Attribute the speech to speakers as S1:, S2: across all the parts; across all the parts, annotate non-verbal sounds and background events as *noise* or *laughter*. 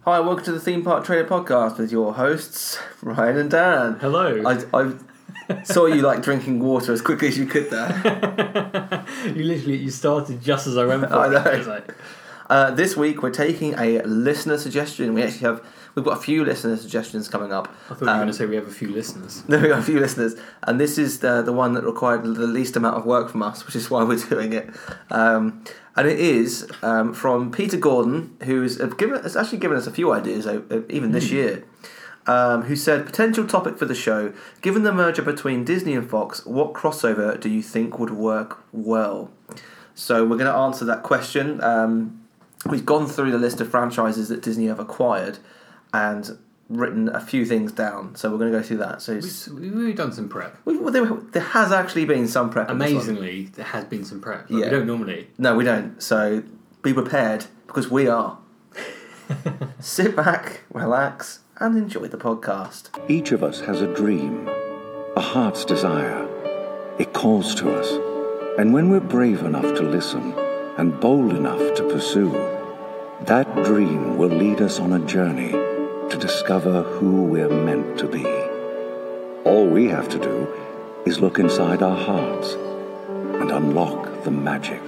S1: Hi, welcome to the Theme Park Trailer Podcast with your hosts, Ryan and Dan.
S2: Hello.
S1: I, I saw you like drinking water as quickly as you could there.
S2: *laughs* you literally you started just as I went
S1: *laughs*
S2: for
S1: I
S2: it.
S1: know.
S2: It's like,
S1: Uh, this week we're taking a listener suggestion. We actually have we've got a few listener suggestions coming up. *laughs*
S2: I thought you were
S1: Um,
S2: going to say we have a few listeners.
S1: There we got a few listeners, and this is the, the one that required the least amount of work from us, which is why we're *laughs* doing it. Um, and it is um, from Peter Gordon, who's uh, given has actually given us a few ideas, uh, uh, even this year. Um, who said potential topic for the show? Given the merger between Disney and Fox, what crossover do you think would work well? So we're going to answer that question. Um, we've gone through the list of franchises that Disney have acquired, and written a few things down. So we're going to go through that. So it's-
S2: We've, we've done some prep.
S1: we, well, there, there has actually been some prep. on this one.
S2: Amazingly, there has been some prep. Like,
S1: Yeah.
S2: We don't normally.
S1: No, we don't. So be prepared because we are. Sit back, relax, and enjoy the podcast.
S3: Each of us has a dream, a heart's desire. It calls to us. And when we're brave enough to listen and bold enough to pursue, that dream will lead us on a journey to discover who we're meant to be. All we have to do is look inside our hearts and unlock the magic.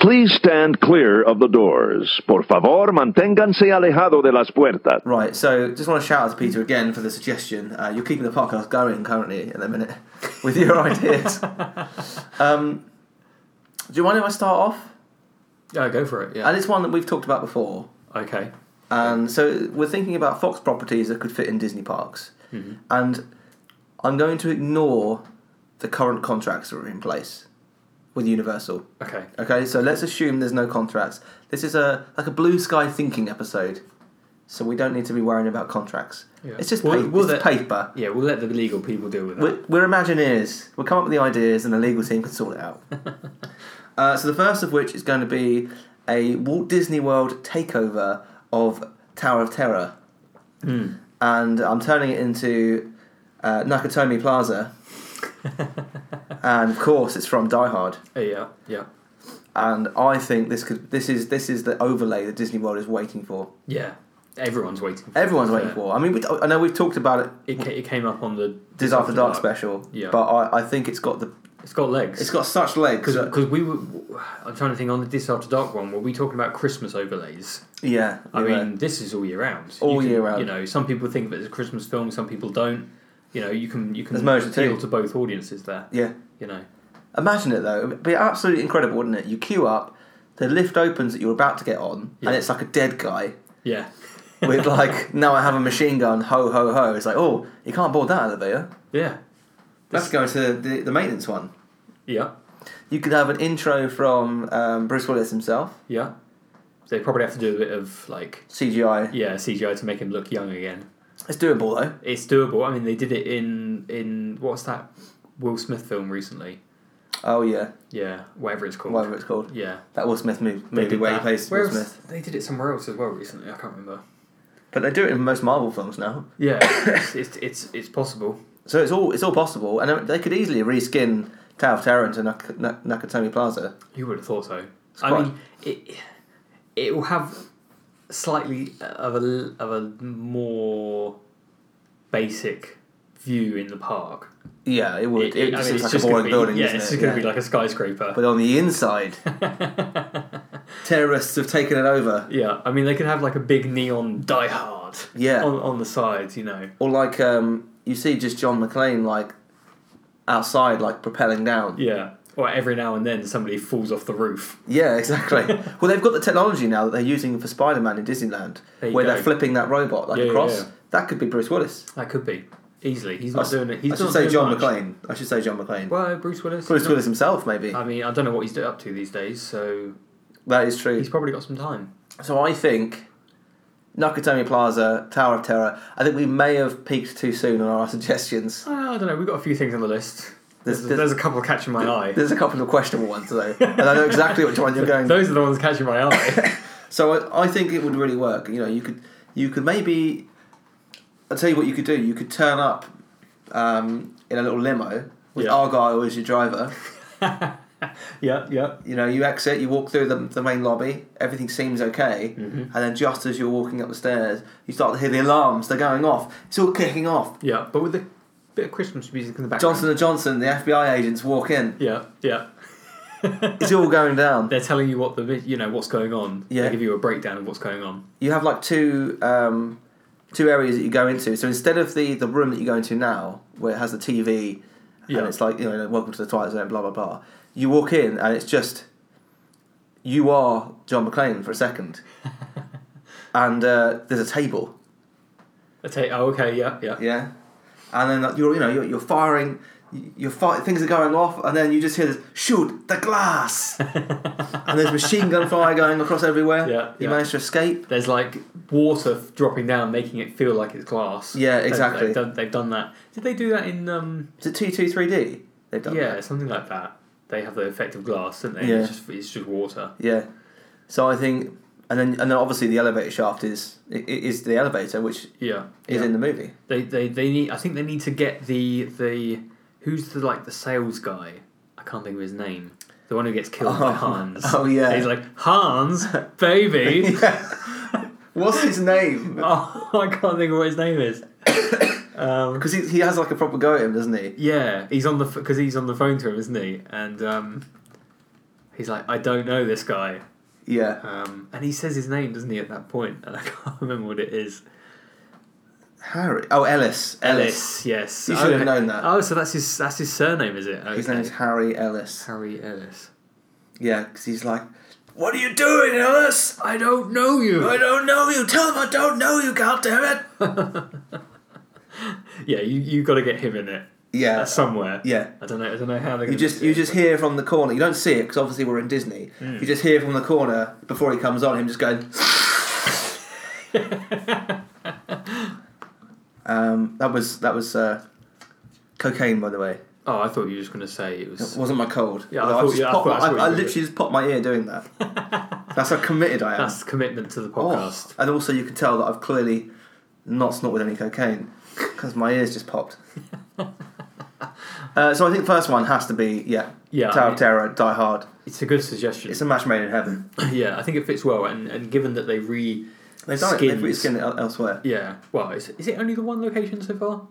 S4: Please stand clear of the doors. Por favor, manténganse alejado de las puertas.
S1: Right, so just want to shout out to Peter again for the suggestion. Uh, you're keeping the podcast going currently at the minute *laughs* with your ideas. um, do you mind if I start off?
S2: Yeah, go for it. Yeah.
S1: And it's one that we've talked about before.
S2: okay.
S1: And so we're thinking about Fox properties that could fit in Disney parks. And I'm going to ignore the current contracts that are in place with Universal.
S2: Okay.
S1: Okay, so let's assume there's no contracts. This is a like a blue sky thinking episode. So we don't need to be worrying about contracts.
S2: Yeah.
S1: It's just
S2: Well,
S1: pa-
S2: well,
S1: it's
S2: that-
S1: paper.
S2: Yeah, we'll let the legal people deal with that.
S1: We're, we're Imagineers. We'll come up with the ideas and the legal team can sort it out. uh, so the first of which is going to be a Walt Disney World takeover of Tower of Terror. And I'm turning it into uh, Nakatomi Plaza. and of course, it's from Die Hard.
S2: Uh, yeah. Yeah.
S1: And I think this could this is this is the overlay that Disney World is waiting for.
S2: Yeah. Everyone's waiting. For
S1: Everyone's
S2: it.
S1: waiting
S2: Yeah.
S1: for. I mean, we, I know we've talked about it.
S2: It, ca- it came up on the
S1: Disaster Dark special,
S2: Yeah.
S1: but I, I think it's got the
S2: It's got legs.
S1: it's got such legs. that-
S2: because we were. I'm trying to think on the This After Dark one. Were we talking about Christmas overlays?
S1: Yeah,
S2: I
S1: you're
S2: mean, this is all year round. You
S1: All
S2: can-
S1: year round.
S2: You know, some people think of it as a Christmas film, some people don't. You know, you can you can
S1: There's merge the
S2: appeal
S1: two.
S2: to both audiences there.
S1: Yeah.
S2: You know,
S1: Imagine it though. It'd be absolutely incredible, wouldn't it? You queue up, the lift opens that you're about to get on,
S2: Yeah.
S1: and it's like a dead guy *laughs*
S2: yeah,
S1: with like, *laughs* now I have a machine gun, ho ho ho. It's like, oh, you can't board that elevator.
S2: *laughs* yeah,
S1: Let's go to the, the maintenance one.
S2: yeah,
S1: You could have an intro from um, Bruce Willis himself,
S2: yeah. They probably have to do a bit of like
S1: CGI.
S2: yeah CGI to make him look young again.
S1: It's doable though.
S2: It's doable. I mean, they did it in in what's that Will Smith film recently?
S1: Oh yeah,
S2: Yeah, whatever it's called.
S1: whatever it's called.
S2: Yeah,
S1: That Will Smith movie,
S2: They
S1: movie
S2: did
S1: where he
S2: that.
S1: plays
S2: Where
S1: Will
S2: else-
S1: Smith.
S2: They did it somewhere else as well recently. I can't
S1: *laughs*
S2: remember.
S1: But they do it in most Marvel films now.
S2: Yeah, it's, it's it's it's possible.
S1: So it's all it's all possible, and they could easily reskin Tower of Terror into Nak- Nak- Nakatomi Plaza.
S2: You would have thought so.
S1: quite-
S2: I mean, it it will have slightly of a of a more basic view in the park.
S1: Yeah, it would. It,
S2: I mean,
S1: just seems like a
S2: just
S1: boring
S2: gonna be,
S1: building,
S2: Yeah,
S1: isn't
S2: it's
S1: it?
S2: just going to
S1: Yeah.
S2: be like a skyscraper.
S1: but on the inside,
S2: *laughs*
S1: terrorists have taken it over.
S2: yeah, I mean, they could have like a big neon Die Hard.
S1: Yeah.
S2: on on the sides, you know.
S1: Or like um, you see, just John McClane like outside, like propelling down. Yeah,
S2: Yeah, or every now and then somebody falls off the roof.
S1: exactly.
S2: *laughs*
S1: well, they've got the technology now that they're using for Spider-Man in Disneyland,
S2: There you
S1: where
S2: go.
S1: they're flipping that robot like
S2: Yeah, yeah,
S1: across.
S2: yeah.
S1: That could be Bruce Willis.
S2: That could be. easily. He's
S1: I
S2: not
S1: s-
S2: doing it. He's
S1: I should
S2: not
S1: say
S2: doing
S1: John
S2: much.
S1: McClane. I should say John McClane.
S2: Well, uh, Bruce Willis.
S1: Bruce Willis himself, maybe.
S2: I mean, I don't know what he's up to these days, so
S1: that is true.
S2: he's probably got some time.
S1: So I think Nakatomi Plaza, Tower of Terror. I think we may have peaked too soon on our *laughs* suggestions.
S2: Uh, I don't know. We've got a few things on the list. There's,
S1: There's-
S2: there's, a couple catching my eye.
S1: There's a couple of questionable ones though, and
S2: *laughs*
S1: I know exactly which one you're going.
S2: Those are the ones catching my eye.
S1: *laughs* So I, I think it would really work. You know, you could you could maybe I'll tell you what you could do. You could turn up um, in a little limo with
S2: Yeah.
S1: Argyle as your driver.
S2: yeah, yeah.
S1: You know, you exit, you walk through the, the main lobby, everything seems okay, and then just as you're walking up the stairs, you start to hear the alarms. They're going off. It's all kicking off.
S2: Yeah, but with a bit of Christmas music in the background.
S1: Johnson and Johnson, the FBI agents walk in.
S2: Yeah, yeah.
S1: It's all going down.
S2: They're telling you what the vi- you know what's going on. They
S1: Yeah.
S2: give you a breakdown of what's going on.
S1: you have like two um, two areas that you go into. So instead of the the room that you go into now, where it has the TV
S2: Yeah.
S1: and it's like you know, welcome to the Twilight Zone, blah blah blah. You walk in and it's just you are John McClane for a
S2: *laughs*
S1: second, and uh, there's a table,
S2: I take. Oh, okay. Yeah, yeah.
S1: yeah, and then like, you're you know you're, you're firing. You're fi- things are going off, and then you just hear this shoot the
S2: *laughs*
S1: glass, and there's machine gun fire going across everywhere.
S2: Yeah,
S1: you
S2: yeah.
S1: manage to escape.
S2: There's like water f- dropping down, making it feel like it's glass.
S1: Yeah,
S2: They've-
S1: exactly.
S2: They've, done, they've done that. Did they do that in? um
S1: Is it two two three D? They've done
S2: Yeah,
S1: that.
S2: something like that. They have the effect of glass, don't they?
S1: Yeah.
S2: It's just it's just water.
S1: Yeah. So I think, and then and then obviously the elevator shaft is i- i- is the elevator which
S2: Yeah.
S1: is
S2: yeah.
S1: in the
S2: *laughs*
S1: movie.
S2: They, they they need. I think they need to get the the who's the like the sales guy. I can't think of his name. The one who gets killed by
S1: Oh. *laughs*
S2: Hans.
S1: Oh, yeah.
S2: He's like Hans, baby.
S1: *laughs* What's his name?
S2: Oh, I can't think of what his name is. um,
S1: Because he, he has like a proper go at him, doesn't he?
S2: yeah, he's on the because he's on the phone to him, isn't he? And um, he's like, I don't know this guy.
S1: Yeah.
S2: Um, and he says his name, doesn't he, at that point? And I can't *laughs* remember what it is.
S1: Harry. Oh, Ellis.
S2: Ellis, yes.
S1: You should have
S2: Okay.
S1: known that.
S2: Oh, so that's his that's his surname, is it?
S1: His
S2: Okay.
S1: name's Harry Ellis.
S2: Harry Ellis.
S1: Yeah, because he's like, "What are you doing, Ellis?
S2: I don't know you.
S1: I don't know you. Tell him I don't know you. God damn it."
S2: *laughs* Yeah, you you got to get him in it
S1: Yeah.
S2: uh, somewhere.
S1: yeah.
S2: I don't know. I don't know how they're.
S1: You just you just hear from the corner. You don't see it because obviously we're in Disney.
S2: Hmm.
S1: You just hear from the corner before he comes on. Him just going. um, that was that was uh, cocaine, by the way.
S2: *laughs* Oh, I thought you were just going to say it
S1: It
S2: was.
S1: wasn't my cold.
S2: Yeah, I
S1: Although
S2: thought-
S1: just
S2: yeah, I
S1: popped
S2: thought- I
S1: my-
S2: thought you
S1: I,
S2: were-
S1: literally just popped my ear doing that.
S2: *laughs*
S1: That's how committed I am.
S2: That's commitment to the
S1: Oh,
S2: podcast.
S1: And also, you can tell that I've clearly not snorted any cocaine because my ears just popped.
S2: *laughs*
S1: Uh, so I think the first one has to be yeah,
S2: Yeah, I
S1: Tower
S2: mean-
S1: of Terror, Die Hard.
S2: It's a good suggestion.
S1: It's a match made in heaven.
S2: *clears throat* yeah, I think it fits well, and, and given that they re,
S1: They've done it. They've
S2: Skins.
S1: re-skinned it el- elsewhere.
S2: yeah. Well, is, is it only the one location so far?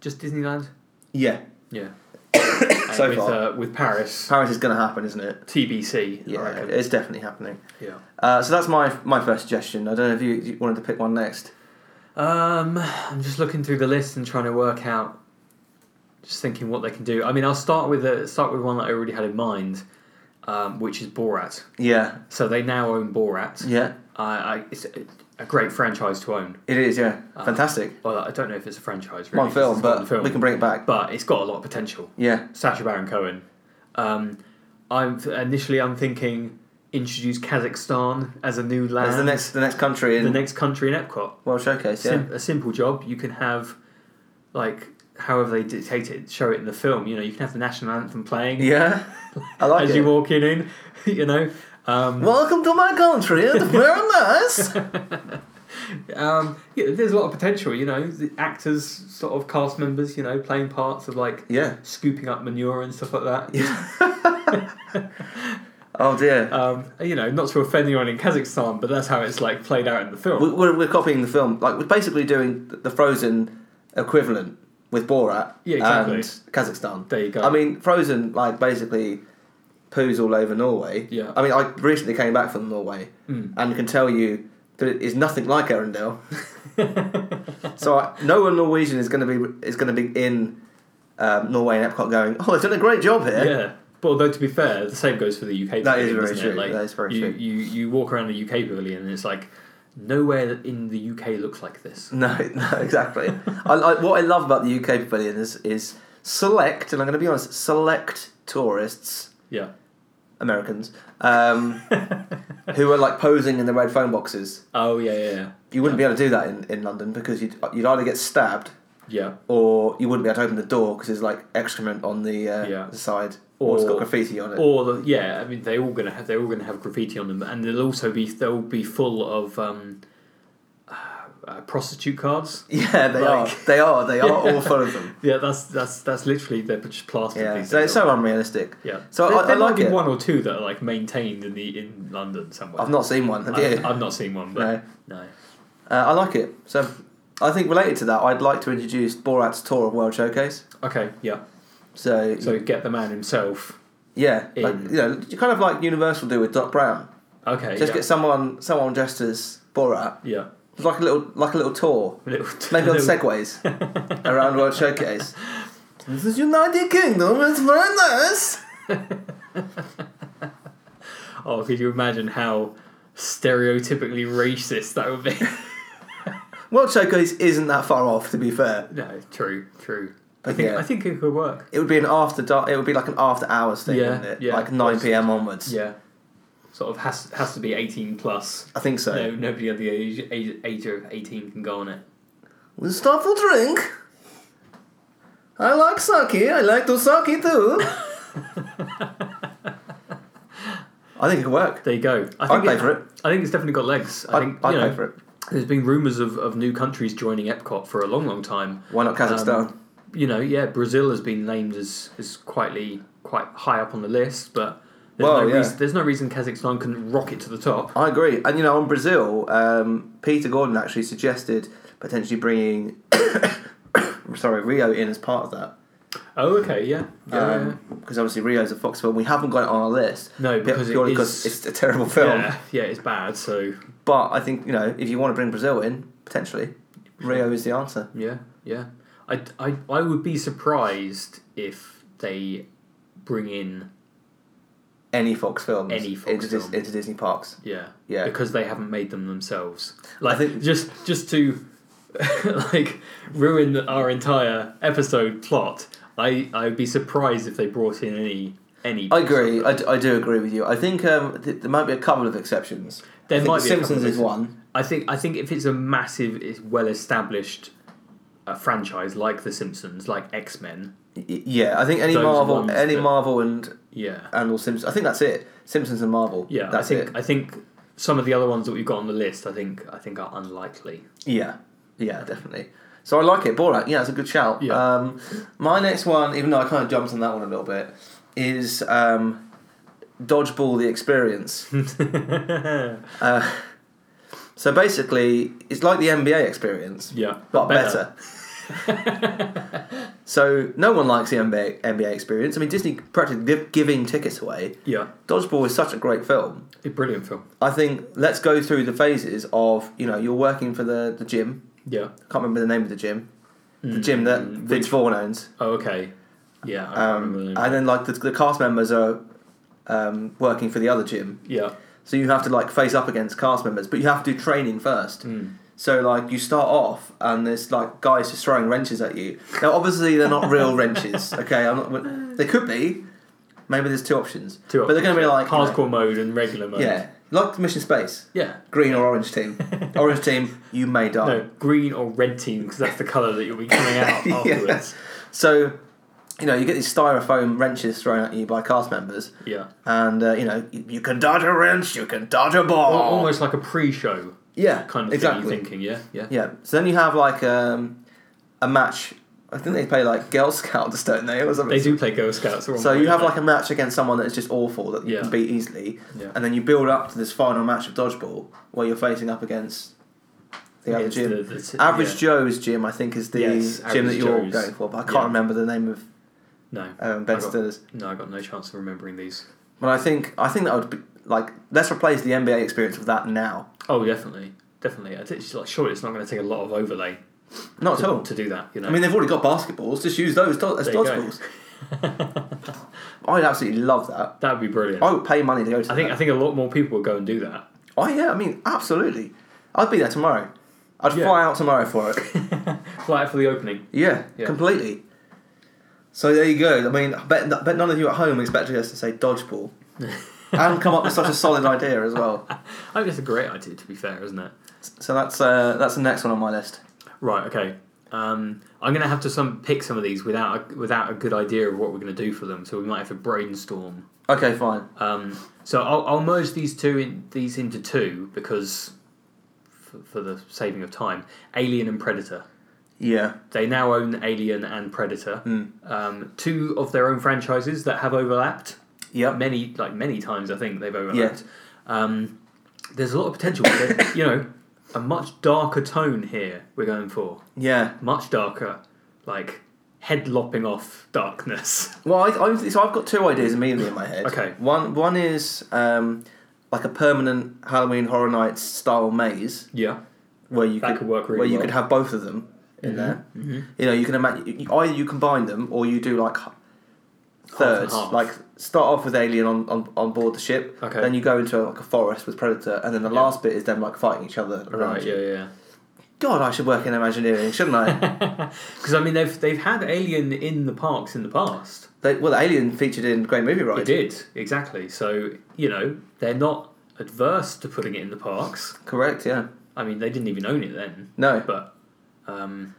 S2: Just Disneyland.
S1: Yeah,
S2: Yeah. And
S1: *coughs* So
S2: with,
S1: far.
S2: uh, with Paris,
S1: Paris is going to happen, isn't it?
S2: TBC. I
S1: Yeah,
S2: reckon.
S1: it's definitely happening.
S2: yeah.
S1: Uh, so that's my my first suggestion. I don't know if you, you wanted to pick one next.
S2: Um, I'm just looking through the list and trying to work out, just thinking what they can do. I mean, I'll start with a start with one that I already had in mind, um, which is Borat.
S1: Yeah,
S2: So they now own Borat.
S1: yeah,
S2: I, I it's a, a great franchise to own.
S1: it is. Yeah, fantastic.
S2: Well, I don't know if it's a franchise. Really,
S1: One
S2: 'cause
S1: film,
S2: Ah. it's
S1: but
S2: one film.
S1: we can bring it back.
S2: But it's got a lot of potential.
S1: yeah,
S2: Sacha Baron Cohen. Um, I'm initially I'm thinking introduce Kazakhstan as a new land,
S1: it's the next the next country in
S2: Ah. the next country in Epcot.
S1: World Showcase. Yeah,
S2: Sim- a simple job. You can have like however they dictate it, show it in the film. You know, you can have the national anthem playing
S1: *laughs* yeah, I like
S2: as
S1: it.
S2: you walk in. in *laughs* you know, um,
S1: Welcome to my country.
S2: *laughs*
S1: It's very nice.
S2: um, yeah, there's a lot of potential. You know, the actors, sort of cast members, you know, playing parts of like
S1: Yeah.
S2: scooping up manure and stuff like that.
S1: Oh dear.
S2: Um, you know, not to offend anyone in Kazakhstan, but that's how it's like played out in the film.
S1: We- we're, we're copying the film. Like we're basically doing the Frozen equivalent with Borat
S2: Yeah, exactly.
S1: and Kazakhstan.
S2: There you go.
S1: I mean, Frozen like basically poos all over Norway.
S2: Yeah. Hmm.
S1: I mean, I recently came back from Norway and can tell you that it is nothing like
S2: *laughs*
S1: Arendelle. so I, no one Norwegian is going to be is going to be in um, Norway and Epcot going. Oh, they've done a great job here.
S2: Yeah. But although to be fair, the same goes for the UK.
S1: That is
S2: pavilion,
S1: very
S2: doesn't it?
S1: true. That is very
S2: you,
S1: true.
S2: You you walk around the UK pavilion and it's like nowhere in the UK looks like this.
S1: No, *laughs* no, exactly. I, I, what I love about the UK pavilion is, is select, and I'm going to be honest, select tourists,
S2: Yeah.
S1: Americans,
S2: *laughs*
S1: um, who are like posing in the red phone boxes.
S2: Oh yeah, yeah, yeah.
S1: You wouldn't be able to do that in, in London because you'd, you'd either get stabbed
S2: Yeah.
S1: or you wouldn't be able to open the door because there's like excrement on the, uh,
S2: Yeah.
S1: the side or, it's got
S2: Or-
S1: graffiti on it.
S2: Or the, yeah, I mean they're all gonna have they're all gonna have graffiti on them, and they'll also be they'll be full of um, uh, uh, prostitute cards.
S1: *laughs* yeah, they are.
S2: like-
S1: They are. They are all full of them.
S2: *laughs* Yeah, that's that's that's literally they're just plastered.
S1: Yeah,
S2: these
S1: so
S2: things
S1: it's
S2: up.
S1: so unrealistic.
S2: yeah.
S1: So
S2: there,
S1: I, I
S2: there might
S1: like
S2: be
S1: it.
S2: one or two that are like maintained in the in London somewhere.
S1: I've not seen *laughs* one. Have you?
S2: I've, I've not seen one, but no.
S1: Uh, I like it. So I think related to that, I'd like to introduce Borat's tour of World Showcase.
S2: Okay, yeah.
S1: So,
S2: So get the man himself.
S1: yeah, like,
S2: in-
S1: you know, you kind of like Universal do with Doc Brown.
S2: Okay,
S1: Just
S2: yeah.
S1: get someone, someone dressed as Borat,
S2: yeah.
S1: like a little, like a little tour,
S2: Little- *laughs*
S1: maybe on
S2: little-
S1: segways around World Showcase. This is United Kingdom. It's very nice.
S2: Oh, could you imagine how stereotypically racist that would be? *laughs*
S1: World Showcase isn't that far off, to be fair.
S2: no, true, true. I
S1: But
S2: think
S1: yeah.
S2: I think it could work.
S1: It would be an after dark. It would be like an after hours thing,
S2: Yeah,
S1: wouldn't it?
S2: yeah.
S1: like nine pm onwards.
S2: Yeah, sort of has has to be eighteen plus.
S1: I think so.
S2: No, nobody at the age, age age of eighteen can go on it.
S1: We'll stop for drink. I like sake. I like to sake
S2: *laughs*
S1: too. I think it could work.
S2: There you go. I
S1: I'd
S2: think
S1: pay for it.
S2: I think it's definitely got legs. I
S1: I'd,
S2: think
S1: I'd
S2: you know,
S1: pay for it.
S2: There's been rumours of, of new countries joining Epcot for a long, long time.
S1: Why not Kazakhstan?
S2: Um, you know, yeah, Brazil has been named as, as quietly quite high up on the list, but there's,
S1: Well,
S2: no
S1: yeah.
S2: reason, there's no reason Kazakhstan couldn't rocket to the top.
S1: I agree. And you know, on Brazil, um, Peter Gordon actually suggested potentially bringing, *coughs* sorry, Rio in as part of that.
S2: Oh, okay, yeah. yeah,
S1: Because
S2: yeah,
S1: obviously Rio's a Fox film. We haven't got it on our list.
S2: No,
S1: pu-
S2: because it
S1: purely
S2: is-
S1: because it's a terrible film.
S2: yeah, yeah, it's bad. So
S1: But I think you know, if you want to bring Brazil in, potentially, Rio is the answer.
S2: yeah, yeah. I, I, I would be surprised if they bring in
S1: Any Fox films,
S2: Any Fox
S1: into, Dis-
S2: film.
S1: into Disney parks.
S2: Yeah.
S1: Yeah.
S2: Because they haven't made them themselves. Like
S1: think-
S2: just just to *laughs* like ruin our entire episode plot. I I'd be surprised if they brought in any any.
S1: I agree. I, d- I do agree with you. I think um, th- there might be a couple of exceptions.
S2: There
S1: I think
S2: might
S1: The
S2: be a couple
S1: Simpsons
S2: of
S1: is one.
S2: I think I think if it's a massive, it's well established. uh franchise like The Simpsons, like X Men,
S1: Y- Yeah, I think any
S2: Those
S1: Marvel,
S2: ones
S1: any
S2: that-
S1: Marvel and
S2: yeah,
S1: and all Simpsons. I think that's it. Simpsons and Marvel.
S2: yeah.
S1: that's
S2: I think
S1: it.
S2: I think some of the other ones that we've got on the list, I think I think are unlikely.
S1: Yeah, yeah, definitely. So I like it. Borat, yeah, it's a good shout.
S2: Yeah.
S1: Um, my next one, even though I kind of jumped on that one a little bit, is um, Dodgeball: The
S2: *laughs*
S1: Experience. Uh, so basically, it's like the NBA experience,
S2: Yeah,
S1: but better.
S2: *laughs*
S1: so no one likes the NBA, NBA experience. I mean, Disney practically give, giving tickets away.
S2: Yeah,
S1: Dodgeball is such a great film.
S2: a brilliant film.
S1: I think let's go through the phases of you know you're working for the the gym. I
S2: Yeah.
S1: can't remember the name of the gym. The gym that Vince Vaughn owns.
S2: Oh, okay. Yeah. Hmm. I remember the
S1: Um,
S2: name.
S1: and then like the, the cast members are um, working for the other gym.
S2: yeah.
S1: So you have to like face up against cast members, but you have to do training first.
S2: Hmm.
S1: So like you start off and there's like guys just throwing wrenches at you. Now obviously they're not
S2: *laughs*
S1: real wrenches. Okay, I'm not, they could be. Maybe there's two options.
S2: Two
S1: but they're
S2: options.
S1: going to be like you know,
S2: hardcore mode and regular mode.
S1: yeah, like Mission Space,
S2: Yeah.
S1: green or orange
S2: *laughs*
S1: team. orange team, you may die.
S2: No, green or red team because that's the color that you'll be coming
S1: *laughs*
S2: out
S1: Yeah.
S2: afterwards.
S1: So you know you get these styrofoam wrenches thrown at you by cast members.
S2: Yeah.
S1: And uh, you know you, you can dodge a wrench, you can dodge a ball.
S2: Al- Almost like a pre-show
S1: yeah,
S2: kind of
S1: exactly.
S2: thing. You're thinking, yeah, yeah,
S1: Yeah. So then you have like um, a match. I think they play like Girl *laughs* Scouts, don't they, or something?
S2: They do play Girl Scouts.
S1: So you have like a match against someone that is just awful that you
S2: Yeah.
S1: can beat easily,
S2: Yeah.
S1: and then you build up to this final match of dodgeball where you're facing up against the other
S2: It's
S1: gym.
S2: the- the-
S1: Average
S2: yeah.
S1: Joe's gym, I think, is the
S2: Yes,
S1: gym
S2: Average
S1: that you're
S2: Joe's.
S1: going for, but I can't
S2: Yeah.
S1: remember the name of.
S2: no.
S1: um, Ben
S2: I got-
S1: Stiller's.
S2: No, I got no chance of remembering these.
S1: But I think I think that would be like let's replace the NBA experience with that now.
S2: Oh, definitely, definitely. I think it's like sure, it's not going to take a lot of overlay
S1: Not at all.
S2: to do that. You know.
S1: I mean, they've already got basketballs. Just use those do- as
S2: There you go.
S1: dodgeballs.
S2: *laughs*
S1: I'd absolutely love that.
S2: that would be brilliant.
S1: I would pay money to go to.
S2: I think I
S1: that.
S2: think a lot more people would go and do that.
S1: Oh yeah, I mean absolutely. I'd be there tomorrow. I'd
S2: Yeah.
S1: fly out tomorrow for
S2: *laughs*
S1: it.
S2: Fly out for the opening.
S1: Yeah,
S2: Yeah.
S1: completely. So there you go. I mean, I bet, I bet none of you at home expected us to say
S2: *laughs*
S1: dodgeball. and come up with such a solid idea as well.
S2: I think that's a great idea, to be fair, isn't it?
S1: So that's uh, that's the next one on my list.
S2: Right. Okay. Um, I'm gonna have to some pick some of these without a, without a good idea of what we're gonna do for them. So we might have to brainstorm.
S1: Okay, fine.
S2: Um, so I'll, I'll merge these two in, these into two because for, for the saving of time, Alien and Predator.
S1: Yeah,
S2: They now own Alien and Predator, um, two of their own franchises that have overlapped.
S1: Yep.
S2: many like many times I think they've overlapped. Um, there's a lot of potential. but, you know, a much darker tone here we're going for
S1: yeah.
S2: much darker, like head lopping off darkness.
S1: Well, I, I, so I've got two ideas immediately in my head.
S2: Okay.
S1: One one is um, like a permanent Halloween Horror Nights style maze
S2: Yeah.
S1: where you
S2: That could work really
S1: where you
S2: well.
S1: could have both of them in there. You know, you can imagine either you combine them or you do like h- thirds.
S2: half.
S1: Like start off with Alien on, on, on board the ship.
S2: Okay.
S1: Then you go into like a forest with Predator, and then the last bit is them like fighting each other around.
S2: Right.
S1: you.
S2: Yeah. Yeah.
S1: God, I should work in Imagineering, shouldn't
S2: *laughs*
S1: I?
S2: Because I mean, they've they've had Alien in the parks in the past.
S1: they, well, Alien featured in Great Movie
S2: They
S1: Ride.
S2: did exactly. So you know they're not adverse to putting it in the parks.
S1: Correct. Yeah.
S2: I mean, they didn't even own it then.
S1: No.
S2: But um,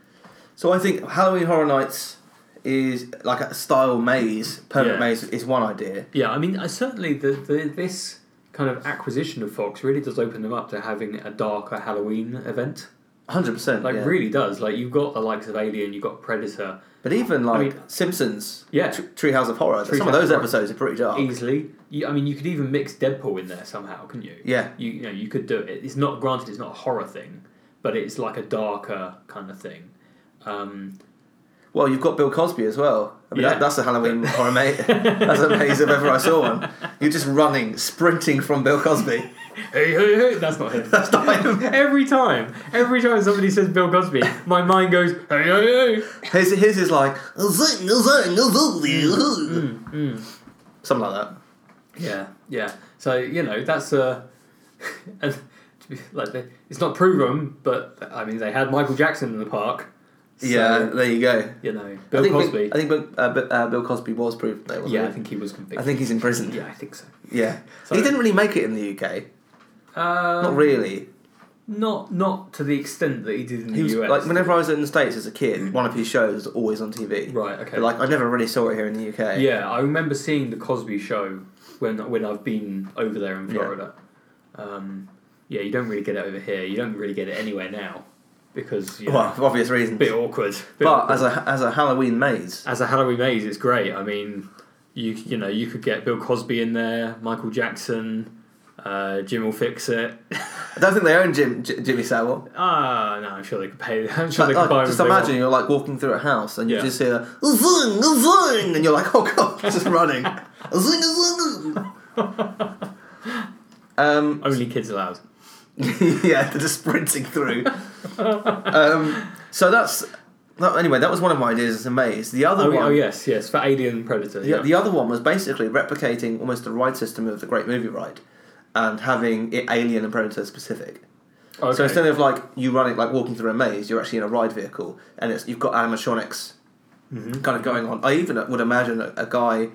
S1: So I think Halloween Horror Nights is like a style maze, permanent
S2: Yeah.
S1: maze is one idea.
S2: yeah, I mean, I certainly the, the this kind of acquisition of Fox really does open them up to having a darker Halloween event.
S1: Hundred percent.
S2: Like
S1: yeah.
S2: really does. Like you've got the likes of Alien, you've got Predator,
S1: But even like
S2: mean-
S1: Simpsons,
S2: Yeah.
S1: Tr- Treehouse of Horror. some
S2: Treehouse
S1: of those
S2: of Horror.
S1: episodes are pretty dark.
S2: easily. You, I mean, you could even mix Deadpool in there somehow, couldn't you?
S1: Yeah.
S2: You, you know, you could do it. It's not granted, it's not a horror thing, but it's like a darker kind of thing. Um,
S1: Well, you've got Bill Cosby as well. I mean,
S2: Yeah.
S1: that, that's a
S2: *laughs*
S1: Halloween horror maze. That's a maze if ever I saw one. You're just running, sprinting from Bill Cosby. *laughs*
S2: hey, hey, hey! That's not him.
S1: That's not him.
S2: every time, every time somebody says Bill Cosby, my mind goes hey, hey, hey.
S1: His, his is like "Zing, zing,
S2: Mm,
S1: zing." something like that.
S2: Yeah, yeah. So you know that's a. *laughs* and to be- like they, it's not proven, but I mean they had Michael Jackson in the park. So,
S1: yeah, there you go.
S2: You know,
S1: I
S2: Bill
S1: think,
S2: Cosby.
S1: I think Bill- uh, Bill- uh, Bill Cosby was proved though. Wasn't
S2: yeah,
S1: he?
S2: I think he was convicted.
S1: I think he's in prison.
S2: Yeah, I think so.
S1: Yeah.
S2: So-
S1: he didn't really make it in the UK.
S2: Uh,
S1: Not really.
S2: Not not to the extent that he did in
S1: He
S2: the
S1: was
S2: US.
S1: like whenever I was in the States as a kid, one of his shows was always on TV.
S2: Right, okay.
S1: But, like I never really saw it here in the UK.
S2: yeah, I remember seeing the Cosby Show when when I've been over there in
S1: Yeah.
S2: Florida. Um, yeah, you don't really get it over here. You don't really get it anywhere now because you know,
S1: Well, for obvious reasons.
S2: a bit awkward. bit
S1: But
S2: awkward.
S1: as a as a Halloween maze.
S2: as a Halloween maze, it's great. I mean, you you know you could get Bill Cosby in there, Michael Jackson, uh, Jim will fix it. *laughs*
S1: I don't think they own Jim, J- Jimmy Savile.
S2: Ah, no, I'm sure they could pay. I'm sure they could
S1: Like,
S2: buy him.
S1: just
S2: a big
S1: imagine
S2: one.
S1: you're like walking through a house and you
S2: Yeah.
S1: just hear zing, zing, and you're like, oh god, *laughs* just running.
S2: *laughs*
S1: zing, zing.
S2: *laughs*
S1: Um,
S2: Only kids allowed.
S1: *laughs* yeah, they're just sprinting through. um, so that's that, anyway. That was one of my ideas as a maze. The other
S2: Oh,
S1: one,
S2: oh yes, yes, for Alien and Predator.
S1: the,
S2: Yeah,
S1: the other one was basically replicating almost the ride system of the Great Movie Ride, and having it Alien and Predator specific.
S2: okay.
S1: So instead of like you running like walking through a maze, you're actually in a ride vehicle, and it's you've got animatronics
S2: Mm-hmm.
S1: kind of going on. I even would imagine a, a guy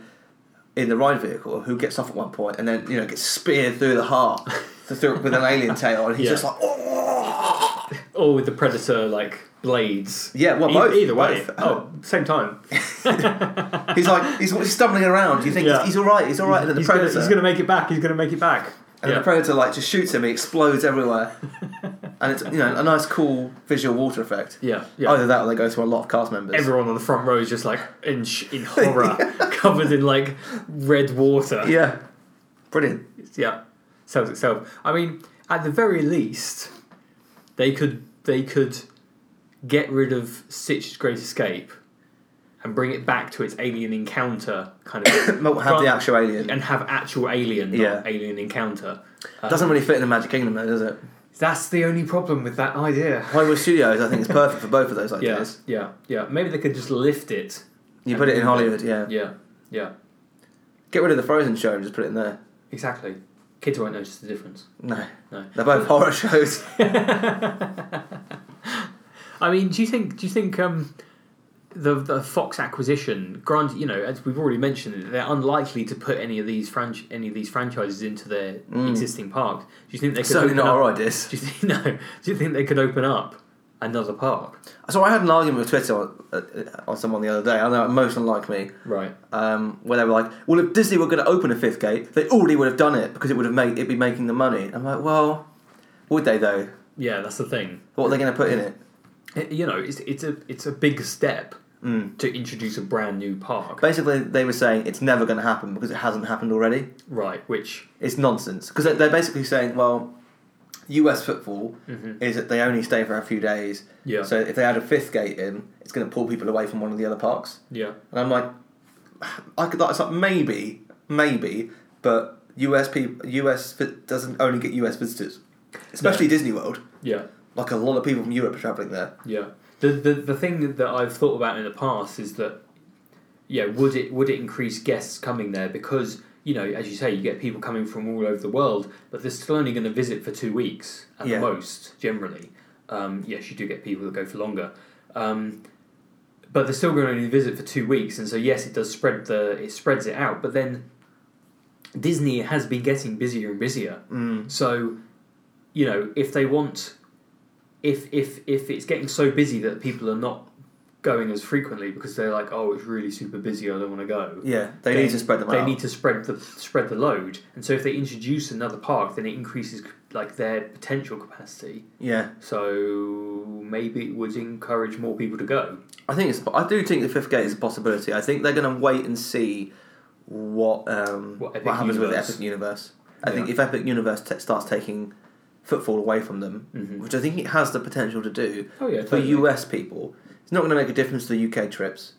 S1: in the ride vehicle who gets off at one point and then you know gets speared through the heart
S2: *laughs*
S1: through, with an alien tail, and he's
S2: Yeah.
S1: just like, oh.
S2: or with the Predator like blades.
S1: Yeah, well,
S2: E-
S1: both,
S2: either way.
S1: both.
S2: Oh, same time.
S1: He's like he's, he's stumbling around. You think
S2: Yeah.
S1: he's, he's all right? He's all right. And then the
S2: he's, gonna,
S1: predator,
S2: he's gonna make it back. He's gonna make it back.
S1: and then the predator like just shoots him. He explodes
S2: *laughs*
S1: everywhere, and it's you know a nice cool visual water effect.
S2: yeah, yeah.
S1: Either that or they go to a lot of cast members.
S2: Everyone on the front row is just like in
S1: *laughs*
S2: sh- in horror, covered in like red water.
S1: Yeah, brilliant.
S2: yeah, sells itself. I mean, at the very least, they could they could get rid of Stitch's Great Escape and bring it back to its alien encounter kind
S1: *coughs*
S2: of
S1: Well, have the actual alien.
S2: and have actual alien, not
S1: Yeah.
S2: alien encounter.
S1: Doesn't really fit in the Magic Kingdom though, does it?
S2: That's the only problem with that idea.
S1: Hollywood Studios, I think, is perfect for both of those
S2: Yeah,
S1: ideas.
S2: yeah, yeah. Maybe they could just lift it.
S1: You put it in Hollywood, yeah.
S2: Yeah, yeah,
S1: Get rid of the Frozen show and just put it in there.
S2: exactly. Kids won't notice the difference.
S1: No,
S2: No.
S1: they're both horror
S2: *laughs*
S1: shows.
S2: I mean, do you think? Do you think um, the the Fox acquisition? Grant, you know, as we've already mentioned, they're unlikely to put any of these franch- any of these franchises into their existing park. Do you think they could
S1: Certainly
S2: open
S1: not
S2: up-
S1: our ideas.
S2: *laughs* Do you think no? Do you think they could open up another park?
S1: So I had an argument with Twitter on, uh, uh, on someone the other day. I know most unlike me,
S2: Right.
S1: um, where they were like, "Well, if Disney were going to open a fifth gate, they already would have done it because it would have made it'd be making the money." I'm like, "Well, would they though?
S2: Yeah, that's the thing.
S1: What are they going to put in it?"
S2: It- you know, it's it's a it's a big step to introduce a brand new park.
S1: Basically, they were saying it's never going to happen because it hasn't happened already.
S2: right. Which
S1: It's nonsense because they're basically saying, "Well, U.S. football is that they only stay for a few days,
S2: Yeah.
S1: so if they add a fifth gate in, it's going to pull people away from one of the other parks."
S2: yeah.
S1: And I'm like, I could that's like maybe, maybe, but US people, US vi- doesn't only get US visitors, especially Disney World.
S2: Yeah.
S1: Like a lot of people from Europe are traveling there.
S2: Yeah. The, the the thing that I've thought about in the past is that yeah, would it would it increase guests coming there because you know, as you say, you get people coming from all over the world, but they're still only going to visit for two weeks at
S1: Yeah.
S2: the most, generally. Um, yes, you do get people that go for longer, um, but they're still going to only visit for two weeks, and so yes, it does spread the it spreads it out. But then Disney has been getting busier and busier,
S1: Mm.
S2: so you know if they want if if if it's getting so busy that people are not going as frequently because they're like, oh, it's really super busy, I don't want to go.
S1: Yeah, they
S2: then
S1: need to spread them
S2: They
S1: out.
S2: need to spread the spread the load, and so if they introduce another park, then it increases like their potential capacity.
S1: yeah,
S2: So maybe it would encourage more people to go.
S1: I think it's. I do think the fifth gate is a possibility. I think they're going to wait and see what um,
S2: What
S1: what,
S2: Epic
S1: happens with
S2: Universe.
S1: Epic Universe. I think if Epic Universe t- starts taking footfall away from them, which I think it has the potential to do
S2: Mm-hmm. Oh, yeah,
S1: for
S2: totally.
S1: US people, it's not going to make a difference to the UK trips.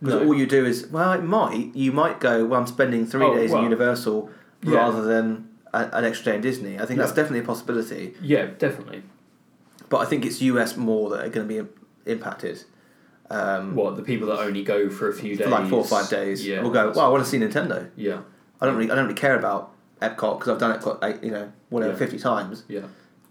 S1: Because
S2: No.
S1: all you do is, well, it might. You might go, well, I'm spending three
S2: Oh,
S1: days
S2: well,
S1: in Universal
S2: yeah.
S1: rather than a, an extra day in Disney. I think that's definitely a possibility.
S2: Yeah, definitely.
S1: But I think it's US more that are going to be im- impacted. Um,
S2: What the people that only go for a few days,
S1: for like four or five days,
S2: Yeah,
S1: we'll go. Well, I want to see Nintendo.
S2: Yeah,
S1: I don't really, I don't really care about Epcot because I've done Epcot, like, you know, whatever
S2: Yeah.
S1: fifty times.
S2: yeah.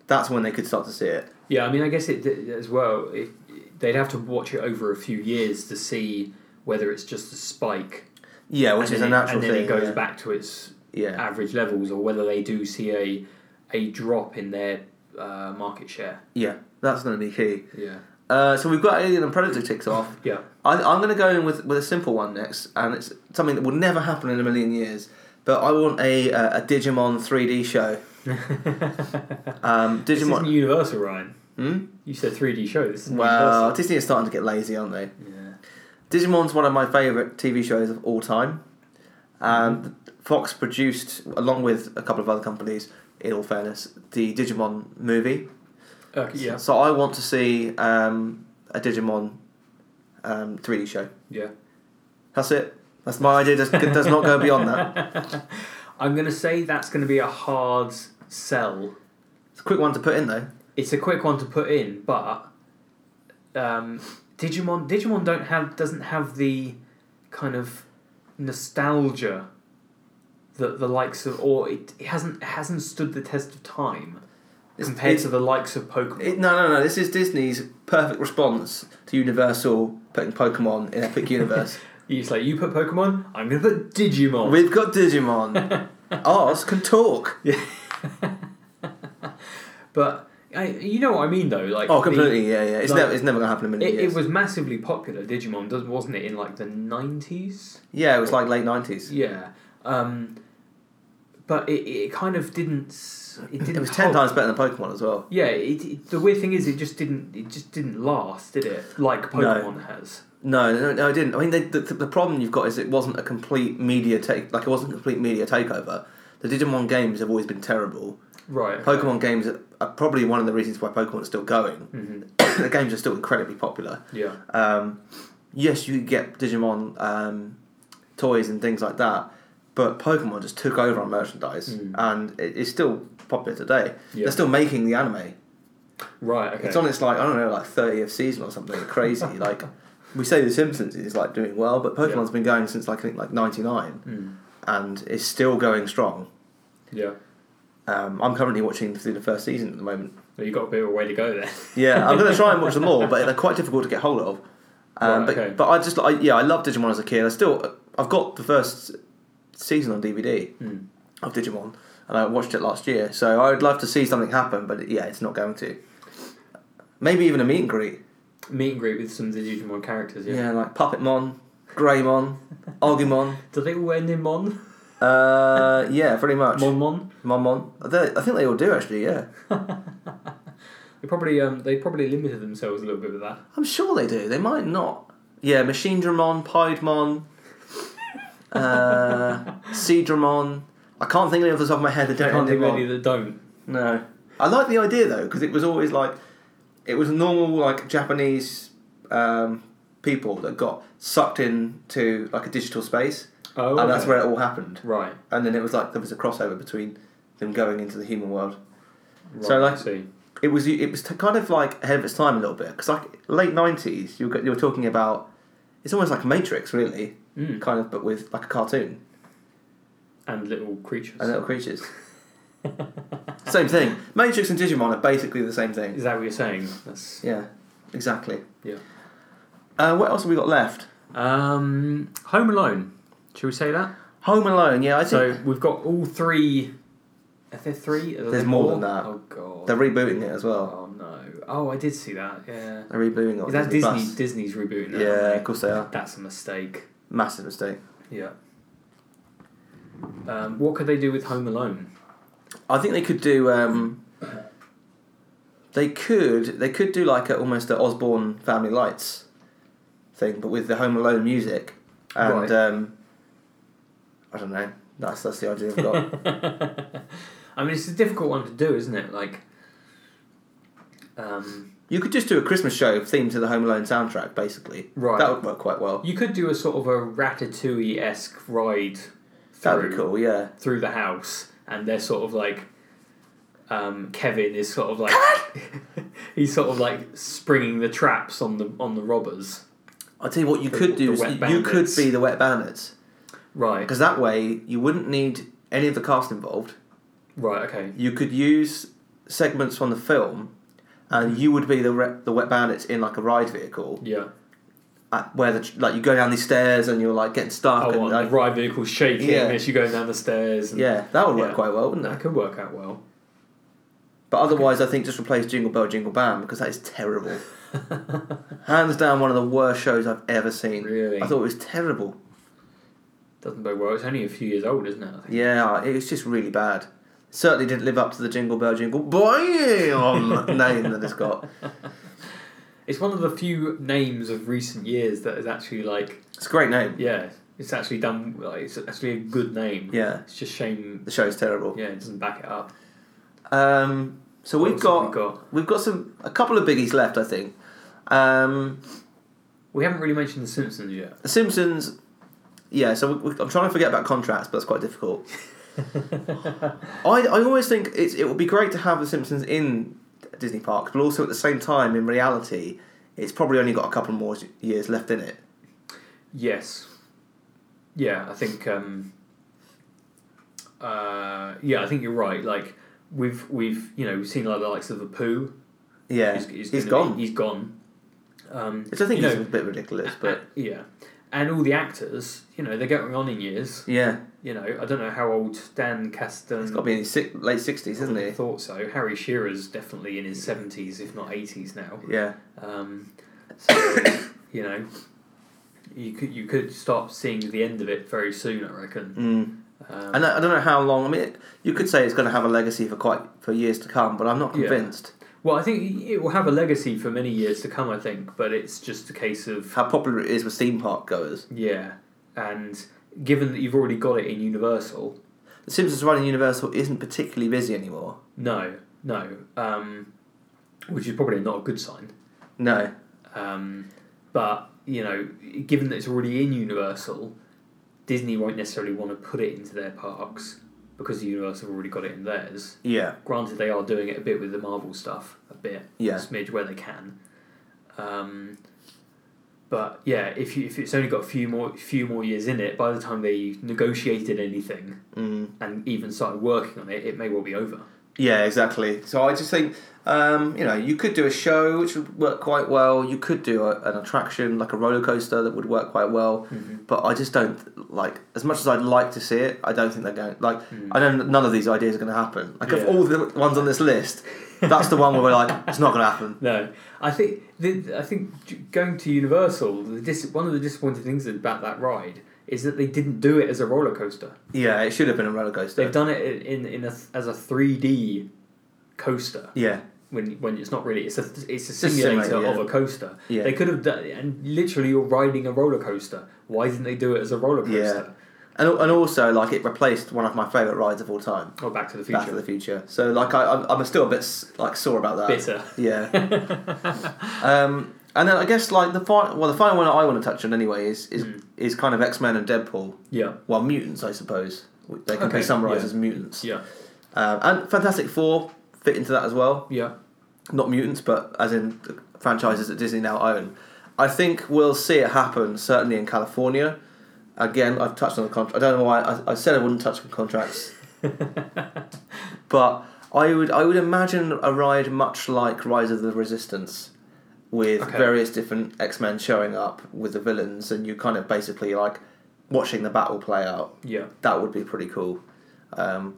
S1: That's when they could start to see it.
S2: Yeah, I mean, I guess it as well. It, they'd have to watch it over a few years to see whether it's just a spike,
S1: Yeah, which
S2: and
S1: is
S2: then
S1: a
S2: it-
S1: natural
S2: and then
S1: thing.
S2: it goes
S1: yeah.
S2: back to its
S1: Yeah.
S2: average levels, or whether they do see a a drop in their uh, market share.
S1: Yeah, that's going to be key.
S2: Yeah,
S1: Uh, so we've got Alien and Predator ticked off.
S2: yeah,
S1: *laughs* I, I'm going to go in with, with a simple one next, and it's something that will never happen in a million years. But I want a uh, a Digimon 3D show. um,
S2: this isn't
S1: Digimon. hmm?
S2: Universal, Ryan. You said three D show. This is
S1: Well, Disney is starting to get lazy, aren't they?
S2: Universal.
S1: Digimon's one of my favourite TV shows of all time.
S2: Mm-hmm.
S1: And Fox produced, along with a couple of other companies, in all fairness, the Digimon movie.
S2: Yeah. Okay, yeah,
S1: So I want to see um, a Digimon um, 3D show.
S2: yeah. *laughs*
S1: That's it. That's my idea. Does, does not go beyond
S2: *laughs*
S1: that.
S2: I'm gonna say that's gonna be a hard sell
S1: It's a quick one to put in, though.
S2: it's a quick one to put in, but um, Digimon Digimon don't have doesn't have the kind of nostalgia that the likes of or it, it hasn't it hasn't stood the test of time
S1: It's-
S2: compared
S1: it-
S2: to the likes of Pokemon.
S1: It, no, no, no. This is Disney's perfect response to Universal putting Pokemon in Epic
S2: *laughs*
S1: Universe.
S2: It's like you put Pokemon, I'm gonna put Digimon.
S1: We've got
S2: *laughs*
S1: Digimon. Ours can talk.
S2: but I, you know what I mean though, like
S1: Oh,
S2: the-
S1: completely. Yeah, yeah. It's
S2: like-
S1: never, it's never gonna happen in a million
S2: it,
S1: years.
S2: it was massively popular. Digimon does wasn't it in like the nineties?
S1: yeah, it was like late nineties.
S2: Yeah. Um, but it, it kind of didn't. s- It didn't.
S1: It was ten
S2: hold-
S1: times better than Pokemon as well.
S2: Yeah. It, it- the weird thing is, it just didn't. It just didn't last, did it? Like Pokemon has.
S1: No, no, no, it didn't. I mean, the, the, the problem you've got is it wasn't a complete media take. Like it wasn't a complete media takeover. The Digimon games have always been terrible.
S2: Right.
S1: Pokemon games are, are probably one of the reasons why Pokemon's still going. *coughs* the games are still incredibly popular.
S2: yeah.
S1: Um, yes, you could get Digimon um, toys and things like that, but Pokemon just took over on merchandise, and it, it's still popular today.
S2: Yeah.
S1: They're still making the anime.
S2: Right. Okay.
S1: It's on its like I don't know, like thirtieth season or something
S2: *laughs*
S1: crazy. like we say, The Simpsons is like doing well, but Pokemon's
S2: Yeah. Hmm.
S1: been going since like I think like ninety nine, and is still going strong.
S2: yeah.
S1: Um, I'm currently watching through the first season at the
S2: *laughs*
S1: moment.
S2: So you've got a bit of a way to go there.
S1: Yeah, I'm going to try and watch them all, but they're quite difficult to get hold of. Um,
S2: Right,
S1: but
S2: okay.
S1: but I just I, yeah I loved Digimon as a kid. I still I've got the first season on DVD
S2: Hmm.
S1: of Digimon, and I watched it last year. So I would love to see something happen, but yeah, it's not going to. Maybe even a meet and greet.
S2: *laughs* Meet and greet with some of the Digimon characters. Yeah.
S1: Yeah, like Puppetmon,
S2: *laughs*
S1: Greymon, Argymon.
S2: Do they all end in Mon?
S1: Uh, yeah, pretty much.
S2: Mon Mon?
S1: Mon Mon. They- I think they all do actually. Yeah,
S2: They probably um they probably limited themselves a little bit with that.
S1: I'm sure they do. They might not. Yeah, Machine Dramon,
S2: *laughs*
S1: Piedmon, uh, Seedramon. I can't think of any off the top of my head. that
S2: I
S1: don't
S2: can't
S1: end
S2: think
S1: in
S2: of any that don't.
S1: mon. No, I like the idea though because it was always like it was normal like Japanese um, people that got sucked into like a digital space,
S2: Oh,
S1: and that's
S2: okay.
S1: where it all happened.
S2: Right.
S1: and then it was like there was a crossover between them going into the human world.
S2: right
S1: So, like-
S2: I see.
S1: It was it was t- kind of like ahead of its time a little bit because like late nineties you were, you were talking about it's almost like Matrix really
S2: Mm.
S1: kind of but with like a cartoon
S2: and little creatures.
S1: and little
S2: *laughs*
S1: creatures. same thing. Matrix and Digimon are basically the same
S2: Is
S1: thing.
S2: that what you're saying? That's
S1: Yeah, exactly.
S2: yeah.
S1: Uh, what else have we got left?
S2: Um, Home Alone. Should we say that?
S1: Home Alone. Yeah, I think
S2: So we've got all three. Are there three? Are there
S1: There's more than that.
S2: Oh god.
S1: they're rebooting it as well.
S2: oh no. Oh, I did see that. Yeah.
S1: They're rebooting it. on
S2: Is that Disney?
S1: Plus.
S2: Disney's rebooting. that,
S1: Yeah,
S2: aren't
S1: of course they are.
S2: they? That's a mistake.
S1: Massive mistake.
S2: Yeah. Um, what could they do with
S1: *laughs*
S2: Home Alone?
S1: I think they could do. Um, they could they could do like a, almost a Osborne Family Lights thing, but with the Home Alone music, and
S2: Right.
S1: um, I don't know. That's that's the idea I've
S2: *laughs*
S1: got.
S2: I mean, it's a difficult one to do, isn't it? Like, um,
S1: you could just do a Christmas show themed to the Home Alone soundtrack, basically.
S2: Right.
S1: That would work quite well.
S2: you could do a sort of a Ratatouille esque ride
S1: That'd
S2: through
S1: be cool. Yeah.
S2: through the house, and they're sort of like. Um, Kevin is sort of like *laughs* he's sort of like springing the traps on the on the robbers,
S1: I tell you what, you could
S2: the
S1: do.
S2: Wet
S1: Is you- you could
S2: Bandits.
S1: be the Wet Bandits
S2: right?
S1: because that way you wouldn't need any of the cast involved.
S2: Right, okay,
S1: you could use segments from the film, and you would be the re- the wet bandits in like a ride vehicle,
S2: yeah.
S1: at, where the tr- like you go down these stairs and you're like getting stuck.
S2: Oh,
S1: and,
S2: well, the
S1: like,
S2: ride vehicle's shaking
S1: Yeah.
S2: as you go down the stairs. And
S1: yeah, that would work
S2: Yeah.
S1: quite well, wouldn't
S2: That
S1: it?
S2: could work out well.
S1: But otherwise, I think just replace Jingle Bell Jingle Bam because that is
S2: *laughs*
S1: terrible. Hands down, one of the worst shows I've ever seen.
S2: Really?
S1: I thought it was terrible.
S2: Doesn't bode well. It's only a few years old, isn't it? I think.
S1: Yeah, it was just really bad. Certainly didn't live up to the Jingle Bell Jingle Bam *laughs* name that it's got.
S2: It's one of the few names of recent years that is actually like,
S1: It's a great name.
S2: yeah, it's actually done. Like, it's actually a good name.
S1: Yeah.
S2: It's just shame.
S1: The show's terrible.
S2: Yeah, it doesn't back it up.
S1: Um, so
S2: What
S1: we've got,
S2: else have
S1: we've
S2: we
S1: got
S2: got?
S1: some a couple of biggies left, I think. Um,
S2: We haven't really mentioned The Simpsons yet.
S1: the Simpsons, yeah. So we, we, I'm trying to forget about contracts, but that's quite
S2: *laughs*
S1: difficult. I, I always think it's, it would be great to have the Simpsons in Disney parks, but also at the same time, in reality, it's probably only got a couple more years left in it.
S2: Yes. Yeah, I think. Um, uh, yeah, I think you're right. Like we've we've you know we've seen like the likes of the poo.
S1: Yeah,
S2: He's, he's,
S1: he's
S2: gonna
S1: gone,
S2: Be, he's gone. Um,
S1: which I think
S2: you
S1: is
S2: know,
S1: a bit ridiculous, but
S2: yeah, and all the actors, you know, they're getting on in years.
S1: yeah,
S2: You know, I don't know how old Dan Caston.
S1: it's got to be in his si- late sixties, isn't
S2: I
S1: he?
S2: thought so. Harry Shearer's definitely in his seventies, if not eighties now.
S1: Yeah,
S2: Um, so, *coughs* you know, you could you could start seeing the end of it very soon. I reckon. Um,
S1: And I I don't know how long. I mean, you could say it's going to have a legacy for quite for years to come, but I'm not
S2: Yeah.
S1: convinced
S2: well, I think it will have a legacy for many years to come. I think, but it's just a case of
S1: how popular it is with theme park goers.
S2: yeah, and given that you've already got it in Universal,
S1: The Simpsons running Universal isn't particularly busy anymore.
S2: No, no. Um, which is probably not a good sign.
S1: No,
S2: Um, but, you know, given that it's already in Universal, Disney won't necessarily want to put it into their parks because Universal have already got it in theirs.
S1: yeah,
S2: Granted, they are doing it a bit with the Marvel stuff, a bit,
S1: Yeah.
S2: a smidge where they can. Um, But yeah, if you, if it's only got a few more few more years in it, by the time they negotiated anything and even started working on it, it may well be over.
S1: Yeah, exactly. So I just think, um, you know, you could do a show which would work quite well. You could do a, an attraction like a roller coaster that would work quite well. But I just don't like as much as I'd like to see it. I don't think they're going like. I know none of these ideas are going to happen. Like
S2: Yeah.
S1: of all the ones on this list, that's the one where we're like, it's not going to happen.
S2: No, I think the, I think j- going to Universal, the dis- one of the disappointing things about that ride is that they didn't do it as a roller coaster.
S1: Yeah, it should have been a roller coaster.
S2: They've done it in in a, as a three D coaster.
S1: yeah,
S2: When, when it's not really it's a it's a
S1: a simulator,
S2: simulator of
S1: yeah.
S2: a coaster.
S1: Yeah.
S2: They could have done and literally you're riding a roller coaster. Why didn't they do it as a roller
S1: yeah.
S2: coaster?
S1: And, al- and also, like, it replaced one of my favourite rides of all time,
S2: Or Oh, Back to the Future.
S1: Back to the Future. So, like, I, I'm- I'm still a bit, s- like, sore about that.
S2: Bitter. *laughs*
S1: Yeah. *laughs* Um, and then I guess like the final, well, the final one I want to touch on anyway is is,
S2: Hmm.
S1: is kind of X Men and Deadpool.
S2: Yeah.
S1: Well, mutants, I suppose they can
S2: Okay,
S1: be summarised
S2: yeah.
S1: as mutants.
S2: Yeah.
S1: Um, and Fantastic Four fit into that as well.
S2: Yeah.
S1: Not mutants, but as in the franchises that Disney now own. I think we'll see it happen certainly in California. Again, I've touched on the contract. I don't know why I, I said I wouldn't touch on contracts, but I would I would imagine a ride much like Rise of the Resistance with
S2: Okay.
S1: various different X Men showing up with the villains, and you kind of basically like watching the battle play out.
S2: Yeah.
S1: That would be pretty cool. Um,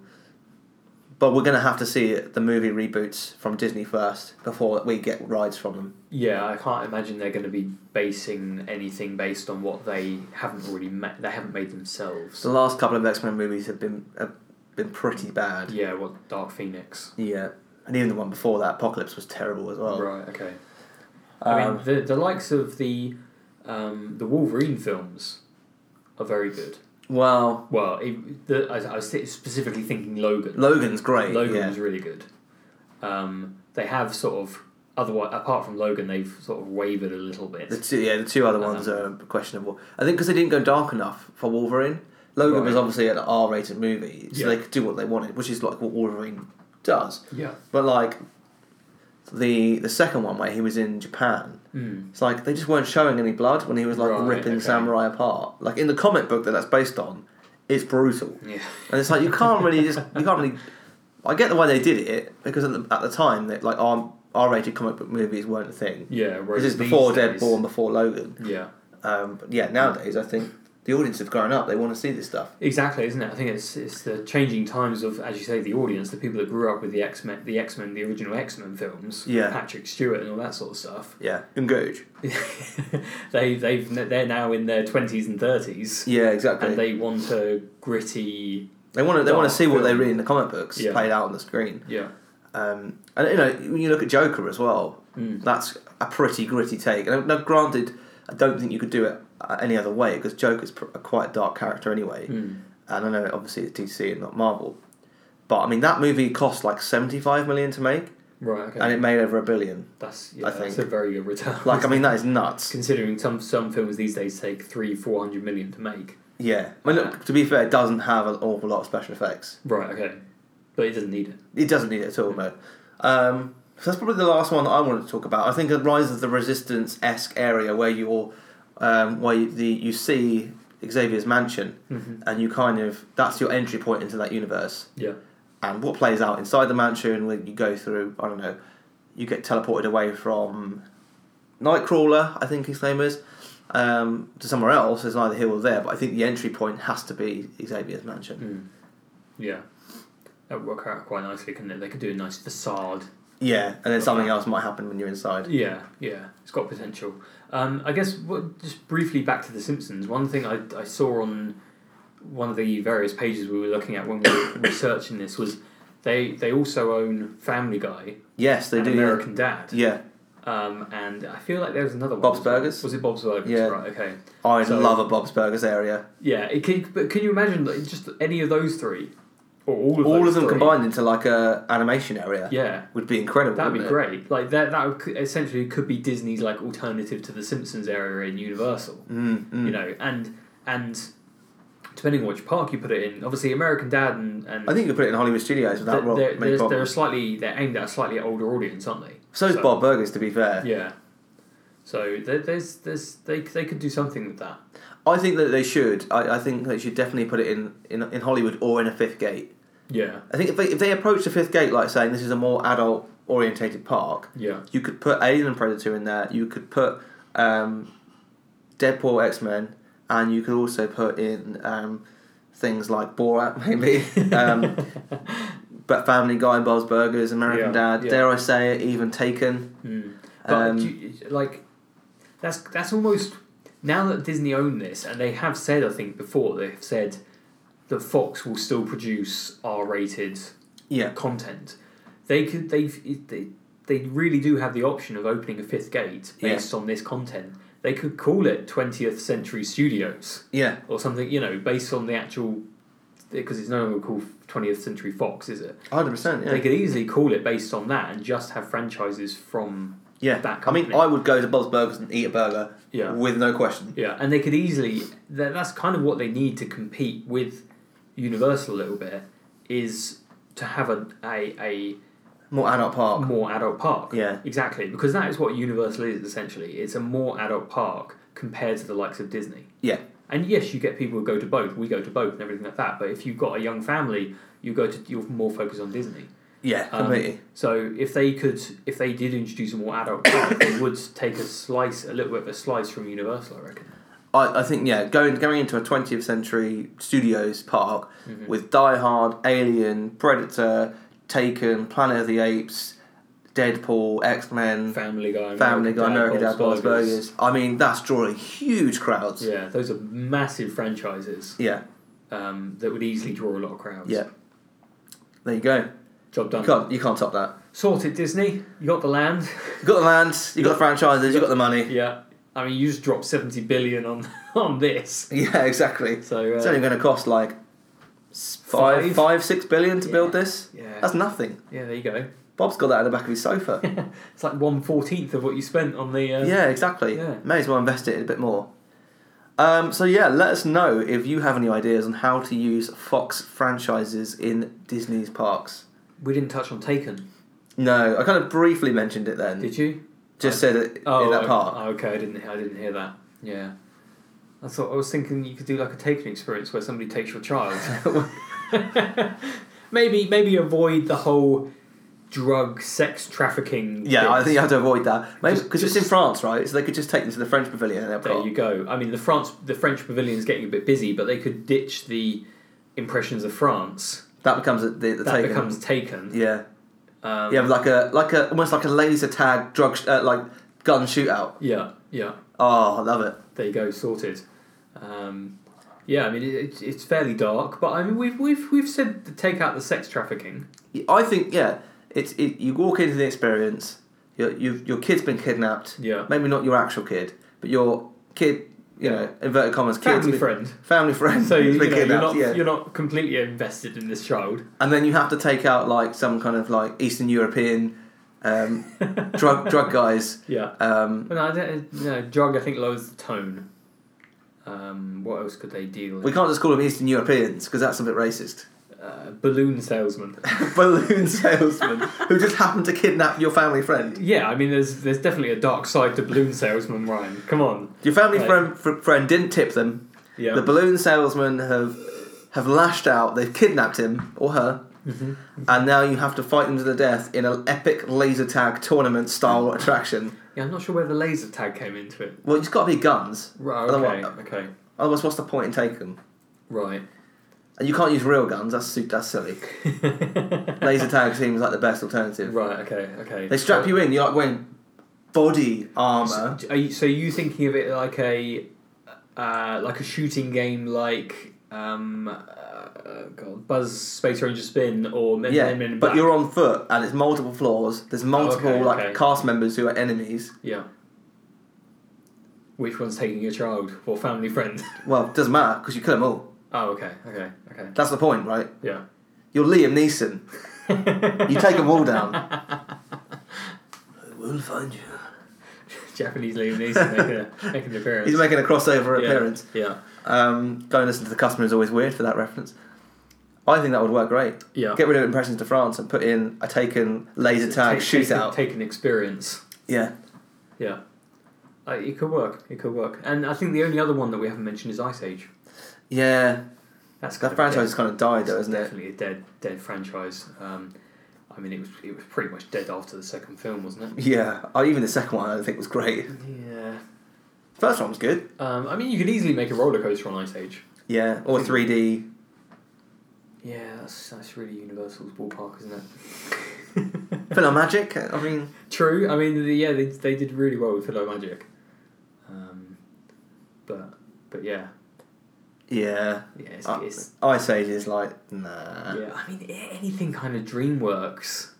S1: but we're going to have to see the movie reboots from Disney first before we get rides from them.
S2: Yeah, I can't imagine they're going to be basing anything based on what they haven't already ma- they haven't made themselves.
S1: The last couple of X Men movies have been have been pretty bad.
S2: Yeah, what Dark Phoenix?
S1: Yeah. and even the one before that, Apocalypse, was terrible as well. Um,
S2: Right. Okay. I mean, the the likes of the um, the Wolverine films are very good.
S1: Well,
S2: Well, it, the, I, I was specifically thinking Logan.
S1: Logan's great.
S2: Logan
S1: yeah.
S2: was really good. Um, they have sort of otherwise apart from Logan, they've sort of wavered a little bit.
S1: The two, yeah, the two other ones are questionable. I think because they didn't go dark enough for Wolverine. Logan was
S2: Right.
S1: obviously an R-rated movie, so
S2: Yeah.
S1: they could do what they wanted, which is like what Wolverine does.
S2: yeah.
S1: But like the the second one where he was in Japan, it's like they just weren't showing any blood when he was like
S2: Hmm. Right,
S1: ripping
S2: okay.
S1: samurai apart. Like in the comic book that that's based on, it's brutal.
S2: Yeah.
S1: And it's like you can't really just you can't really. I get the way they did it because at the, at the time that like R R rated comic book movies weren't a thing.
S2: Yeah. whereas
S1: This is
S2: these
S1: before
S2: days-
S1: Deadpool and before Logan.
S2: Yeah.
S1: Um, but yeah, nowadays I think the audience have grown up. They want to see this stuff.
S2: Exactly, isn't it? I think it's it's the changing times of, as you say, the audience, the people that grew up with the X Men, the X Men, the original X Men films,
S1: Yeah.
S2: Patrick Stewart and all that sort of stuff.
S1: Yeah, engage.
S2: they they've n- they're now in their twenties and thirties,
S1: Yeah, exactly.
S2: and
S1: they
S2: they want a gritty,
S1: want to they want
S2: Dark
S1: to see what they
S2: film.
S1: read in the comic books
S2: Yeah.
S1: played out on the screen.
S2: yeah,
S1: Um, and you know when you look at Joker as well, that's a pretty gritty take. And now, granted, I don't think you could do it uh, any other way because Joker's pr- a quite dark character anyway. And I know obviously it's DC and not Marvel, but I mean that movie cost like seventy five million to make,
S2: right. Okay,
S1: and it made over a billion.
S2: that's yeah,
S1: I
S2: that's a
S1: think-
S2: very good return.
S1: Like I mean that is nuts.
S2: *laughs* considering some some films these days take three four hundred million to make.
S1: Yeah. I mean, look, to be fair, it doesn't have an awful lot of special effects.
S2: Right. Okay, but it doesn't need it.
S1: It doesn't need it at all,
S2: Mm.
S1: no. Um, so that's probably the last one that I wanted to talk about. I think a Rise of the Resistance esque area where you're, um, where you, the, you see Xavier's mansion
S2: Mm-hmm.
S1: and you kind of, that's your entry point into that universe.
S2: Yeah.
S1: And what plays out inside the mansion when you go through, I don't know, you get teleported away from Nightcrawler, I think his name is, um, to somewhere else. There's neither here or there, but I think the entry point has to be Xavier's mansion.
S2: Mm. Yeah. That would work out quite nicely, couldn't it? They could do a nice facade.
S1: Yeah, and then something else might happen when you're inside.
S2: Yeah, yeah. It's got potential. Um, I guess what, just briefly back to The Simpsons, one thing I, I saw on one of the various pages we were looking at when we were *coughs* researching this was they, they also own Family Guy
S1: Yes, they
S2: and
S1: do. yeah.
S2: American Dad.
S1: Yeah,
S2: Um, and I feel like there was another one.
S1: Bob's Burgers?
S2: Was it Bob's Burgers?
S1: Yeah.
S2: Right, okay.
S1: Oh, I
S2: So-
S1: love a Bob's Burgers area.
S2: Yeah, it can, but can you imagine like, just any of those three? Or all of
S1: All
S2: those
S1: of them
S2: three?
S1: combined into like a animation area.
S2: Yeah.
S1: would be incredible.
S2: That'd be
S1: wouldn't it?
S2: great. Like that, that would c- essentially could be Disney's like alternative to the Simpsons area in Universal. Mm, You know, and and depending on which park you put it in, obviously American Dad and, and
S1: I think you could put it in Hollywood Studios
S2: they're,
S1: without
S2: they're,
S1: Rob. many
S2: they're, they're
S1: problems.
S2: slightly they're aimed at a slightly older audience, aren't they?
S1: So's Bob Burgers, to be fair.
S2: Yeah. So there, there's there's they they could do something with that.
S1: I think that they should. I, I think they should definitely put it in, in in Hollywood or in a fifth gate.
S2: Yeah.
S1: I think if they, if they approach the fifth gate like saying this is a more adult orientated park,
S2: Yeah.
S1: you could put Alien and Predator in there. You could put um, Deadpool, X Men, and you could also put in um, things like Borat, *laughs* maybe.
S2: *laughs*
S1: um, but Family Guy, Bob's Burgers, American
S2: Yeah,
S1: Dad.
S2: yeah.
S1: Dare I say it? Even Taken.
S2: But
S1: Um,
S2: do you, like, that's that's almost now that Disney own this, and they have said I think before they've said that Fox will still produce R-rated
S1: Yeah.
S2: content. They could they've they they really do have the option of opening a fifth gate based on this content. They could call it 20th Century Studios
S1: Yeah.
S2: or something, you know, based on the actual because it's no longer called 20th Century Fox, is it?
S1: Hundred percent.
S2: They
S1: Yeah.
S2: could easily call it based on that and just have franchises from
S1: yeah.
S2: that
S1: I mean,
S2: company.
S1: I would go to Bob's Burgers and eat a burger.
S2: Yeah.
S1: With no question.
S2: Yeah, and they could easily. That, that's kind of what they need to compete with Universal a little bit is to have a a,
S1: More adult
S2: a
S1: park.
S2: more adult park.
S1: Yeah.
S2: exactly, because that is what Universal is essentially. It's a more adult park compared to the likes of Disney.
S1: Yeah.
S2: And yes, you get people who go to both. We go to both and everything like that. But if you've got a young family, you go to you're more focused on Disney.
S1: Yeah.
S2: Um,
S1: Completely.
S2: so if they could, if they did introduce a more adult park, they would take a slice, a little bit of a slice from Universal, I reckon.
S1: I, I think yeah, going going into a 20th century studios park with Die Hard, Alien, Predator, Taken, Planet of the Apes, Deadpool, X Men,
S2: Family Guy,
S1: Family Guy, American Dad,
S2: Bob's
S1: Bob's Burgers. I mean, that's drawing huge crowds.
S2: Yeah, those are massive franchises
S1: yeah,
S2: um, that would easily draw a lot of crowds.
S1: yeah. There you go.
S2: job done.
S1: You can't you can't top that.
S2: Sorted, Disney. You got the land.
S1: You got the land. You got the franchises. You got the money.
S2: *laughs* yeah, I mean, you just dropped seventy billion on *laughs* on this.
S1: *laughs* Yeah, exactly.
S2: So, uh,
S1: it's only going to cost like s- five,
S2: Five?
S1: five, six billion to build
S2: Yeah.
S1: this.
S2: Yeah.
S1: that's nothing.
S2: Yeah, there you go.
S1: Bob's got that in the back of his sofa.
S2: It's like one fourteenth of what you spent on the. Uh,
S1: Yeah, exactly.
S2: Yeah.
S1: May as well invest it a bit more. Um, so yeah, let us know if you have any ideas on how to use Fox franchises in Disney's parks.
S2: We didn't touch on Taken,
S1: No, I kind of briefly mentioned it then.
S2: did you?
S1: Just said it in that
S2: okay.
S1: park.
S2: Oh, okay, I didn't. I didn't hear that. Yeah. I thought I was thinking you could do like a taken experience where somebody takes your child. *laughs* maybe maybe avoid the whole drug sex trafficking.
S1: yeah,
S2: bit.
S1: I think you have to avoid that
S2: Just-
S1: because it's in
S2: just-
S1: France, right? So they could just take them to the French Pavilion. And they'll
S2: there
S1: put-
S2: you go. I mean, the France the French pavilion's getting a bit busy, but they could ditch the impressions of France.
S1: That becomes a, the, the
S2: That
S1: taken.
S2: becomes taken.
S1: yeah,
S2: Um,
S1: yeah, like a like a almost like a laser tag drug sh- uh, like gun shootout.
S2: yeah. Yeah.
S1: Oh, I love it.
S2: there you go, sorted. Um, yeah, I mean it, it's it's fairly dark, but I mean we've we've we've said to take out the sex trafficking.
S1: I think yeah, it's it, you walk into the experience. Your you've, your kid's been kidnapped.
S2: Yeah.
S1: Maybe not your actual kid, but your kid. You know, inverted commas, kid's
S2: Family
S1: been-
S2: friend.
S1: Family friend.
S2: So
S1: who's
S2: you
S1: been
S2: know, you're
S1: kidnapped,
S2: not
S1: yeah.
S2: you're not completely invested in this child.
S1: And then you have to take out like some kind of like Eastern European
S2: *laughs*
S1: um, drug drug guys.
S2: Yeah.
S1: Um,
S2: But no, I don't, no, drug I think lowers the tone. Um, what else could they deal?
S1: we
S2: with?
S1: can't just call them Eastern Europeans because that's a bit racist. *laughs*
S2: Uh, balloon salesman.
S1: Balloon salesman who just happened to kidnap your family friend.
S2: yeah, I mean there's there's definitely a dark side to balloon salesman, Ryan. Come on.
S1: Your family
S2: Right.
S1: friend fr- friend didn't tip them.
S2: Yeah.
S1: The balloon salesmen have have lashed out. They've kidnapped him or her,
S2: Mm-hmm.
S1: and now you have to fight them to the death in an epic laser tag tournament style
S2: Mm.
S1: attraction.
S2: yeah, I'm not sure where the laser tag came into it.
S1: Well, it's got to be guns.
S2: Right.
S1: Otherwise,
S2: Okay. Okay.
S1: otherwise, what's the point in taking them?
S2: Right.
S1: And you can't use real guns. That's su- that's silly.
S2: *laughs*
S1: laser tag seems like the best alternative.
S2: Right. Okay. Okay.
S1: They strap you in. You're like wearing body armor.
S2: Are you, so you thinking of it like a uh, like a shooting game, like um, uh, God, Buzz Space Ranger Spin or Men,
S1: Yeah,
S2: Men
S1: but
S2: in Black? Oh,
S1: you're on foot, and it's multiple floors. There's multiple
S2: okay,
S1: like
S2: okay.
S1: cast members who are enemies.
S2: yeah. Which one's taking your child or family friend? *laughs*
S1: Well, it doesn't matter because you kill them all.
S2: oh, okay, okay, okay.
S1: That's the point, right?
S2: Yeah,
S1: You're Liam Neeson. you take them all *laughs* down. I will find you.
S2: *laughs* Japanese Liam
S1: *laughs*
S2: Neeson making, a, making an appearance.
S1: He's making a crossover
S2: yeah.
S1: appearance.
S2: Yeah,
S1: Um, go and listen to the customer is always weird for that reference. I think that would work great.
S2: Yeah.
S1: Get rid of impressions to France and put in a taken laser tag
S2: Take- take-
S1: shootout.
S2: Take an experience.
S1: yeah.
S2: Yeah. Uh, it could work. It could work. And I think the only other one that we haven't mentioned is Ice Age.
S1: Yeah,
S2: That's kind
S1: that
S2: of
S1: franchise
S2: dead.
S1: has kind of died, though,
S2: It's
S1: isn't it?
S2: definitely a dead, dead franchise. Um, I mean, it was it was pretty much dead after the second film, wasn't it?
S1: Yeah, oh, even the second one I don't think was great.
S2: Yeah.
S1: First one was good.
S2: Um, I mean, you could easily make a roller coaster on Ice Age.
S1: Yeah, or 3D.
S2: Yeah, that's, that's really Universal's ballpark, isn't *laughs* it?
S1: Pillow Magic. I mean,
S2: True. I mean, the, yeah, they, they did really well with Hello Magic. Um, but but yeah,
S1: yeah.
S2: yeah, it's,
S1: I-
S2: it's
S1: Ice Age is like nah,
S2: yeah. I mean, a- anything kind of DreamWorks,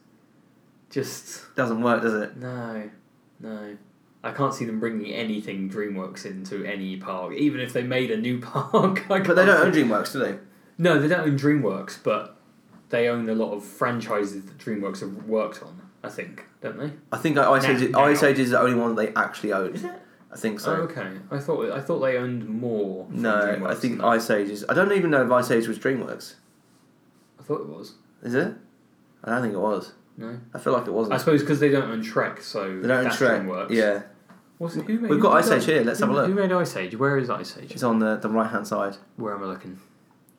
S2: just
S1: doesn't work, does it?
S2: no, no. I can't see them bringing anything DreamWorks into any park, even if they made a new *laughs* park. I
S1: But they don't
S2: can't
S1: own
S2: see-
S1: DreamWorks, do they?
S2: No, they don't own DreamWorks, but they own a lot of franchises that DreamWorks have worked on. I think, don't they?
S1: I think Ice
S2: Now-
S1: Age.
S2: now.
S1: Ice Age is the only one that they actually own.
S2: it?
S1: I think Oh, so.
S2: Oh, okay. I thought I thought they owned more. from
S1: No,
S2: DreamWorks
S1: I think
S2: than that.
S1: Ice Age is. I don't even know if Ice Age was DreamWorks.
S2: I thought it was.
S1: Is it? I don't think it was.
S2: No,
S1: I feel like it
S2: I
S1: wasn't.
S2: suppose because they don't own Trek, so
S1: They don't
S2: that's
S1: track.
S2: DreamWorks.
S1: Yeah,
S2: What's, who made,
S1: We've got
S2: who
S1: Ice
S2: made-
S1: Age here, let's
S2: who-
S1: have a look.
S2: Who made Ice Age? Where is Ice Age?
S1: it's on the, the right hand side,
S2: Where am I looking?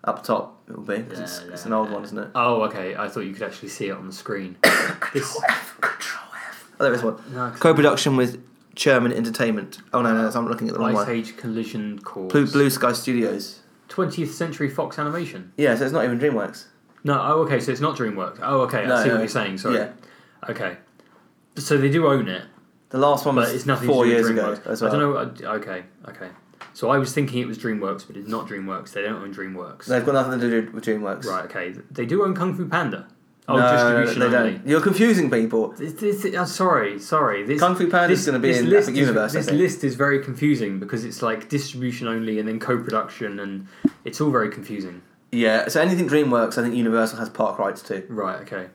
S1: up top. It'll be 'cause it's,
S2: There,
S1: it's
S2: there,
S1: an old
S2: there.
S1: one, isn't it?
S2: Oh, okay. I thought you could actually see it on
S1: *coughs*
S2: the screen. this,
S1: Control F. Oh, there is one.
S2: no, 'cause
S1: Co-production with Sherman Entertainment. Oh no, no, that's- I'm looking at the wrong
S2: Ice
S1: one.
S2: Age Collision Course.
S1: Blue, Blue Sky Studios.
S2: 20th Century Fox Animation.
S1: Yeah, so it's not even DreamWorks.
S2: No, oh, okay. So it's not DreamWorks. Oh, okay.
S1: No,
S2: I see
S1: no.
S2: what you're saying. Sorry.
S1: Yeah.
S2: Okay. So they do own it,
S1: The last one
S2: but
S1: was
S2: it's nothing
S1: four
S2: to do
S1: years
S2: with
S1: ago.
S2: DreamWorks.
S1: As well.
S2: I don't know. I, okay. Okay. So I was thinking it was DreamWorks, but it's not DreamWorks. They don't own DreamWorks.
S1: They've got nothing to do with DreamWorks.
S2: Right. Okay. They do own Kung Fu Panda. Oh,
S1: No,
S2: distribution
S1: they
S2: only.
S1: don't. You're confusing people.
S2: This, this, I'm sorry, sorry. This,
S1: Kung Fu Panda's
S2: this-
S1: gonna be
S2: this
S1: in
S2: list
S1: Epic
S2: is-
S1: Universe, I
S2: This
S1: think.
S2: list is very confusing because it's like distribution only and then co-production, and it's all very confusing.
S1: Yeah, so anything DreamWorks, I think Universal has park rights to.
S2: Right. Okay.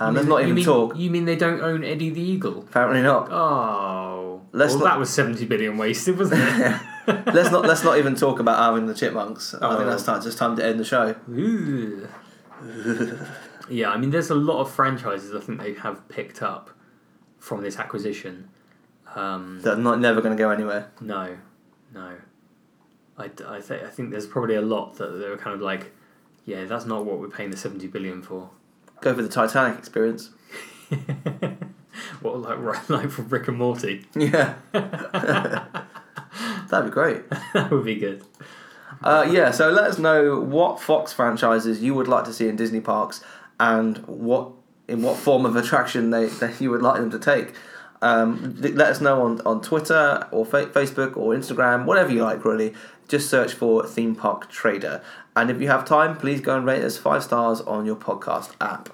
S1: And
S2: You
S1: there's
S2: mean-
S1: Um, not
S2: you
S1: even
S2: mean,
S1: talk.
S2: You mean they don't own Eddie the Eagle?
S1: Apparently
S2: *laughs*
S1: not.
S2: Oh.
S1: Let's
S2: well,
S1: not-
S2: that was seventy billion wasted,
S1: *laughs*
S2: wasn't it?
S1: let's not let's not even talk about Alvin and the Chipmunks. I
S2: Oh.
S1: think that's time, just time to end the show.
S2: Ooh. yeah, I mean, there's a lot of franchises I think they have picked up from this acquisition. Um,
S1: They're not never going to go anywhere.
S2: No, no. I, d- I, th- I think there's probably a lot that they were kind of like, yeah, that's not what we're paying the 70 billion for.
S1: Go for the Titanic experience. *laughs*
S2: what, like, *laughs* right, like for Rick and Morty?
S1: Yeah, *laughs* that'd be great.
S2: *laughs* that would be good.
S1: Uh, yeah, so let us know what Fox franchises you would like to see in Disney parks and what in what form of attraction they *laughs* that you would like them to take. Um, th- let us know on, on Twitter or fa- Facebook or Instagram, whatever you like, really. Just search for Theme Park Trader. And if you have time, please go and rate us five stars on your podcast app.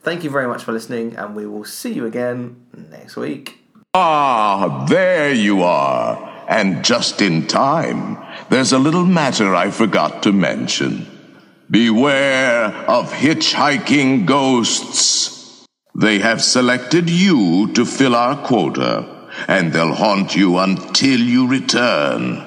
S1: Thank you very much for listening, and we will see you again next week.
S5: Ah, there you are. And just in time. There's a little matter I forgot to mention. Beware of hitchhiking ghosts. They have selected you to fill our quota, and they'll haunt you *laughs* until you return.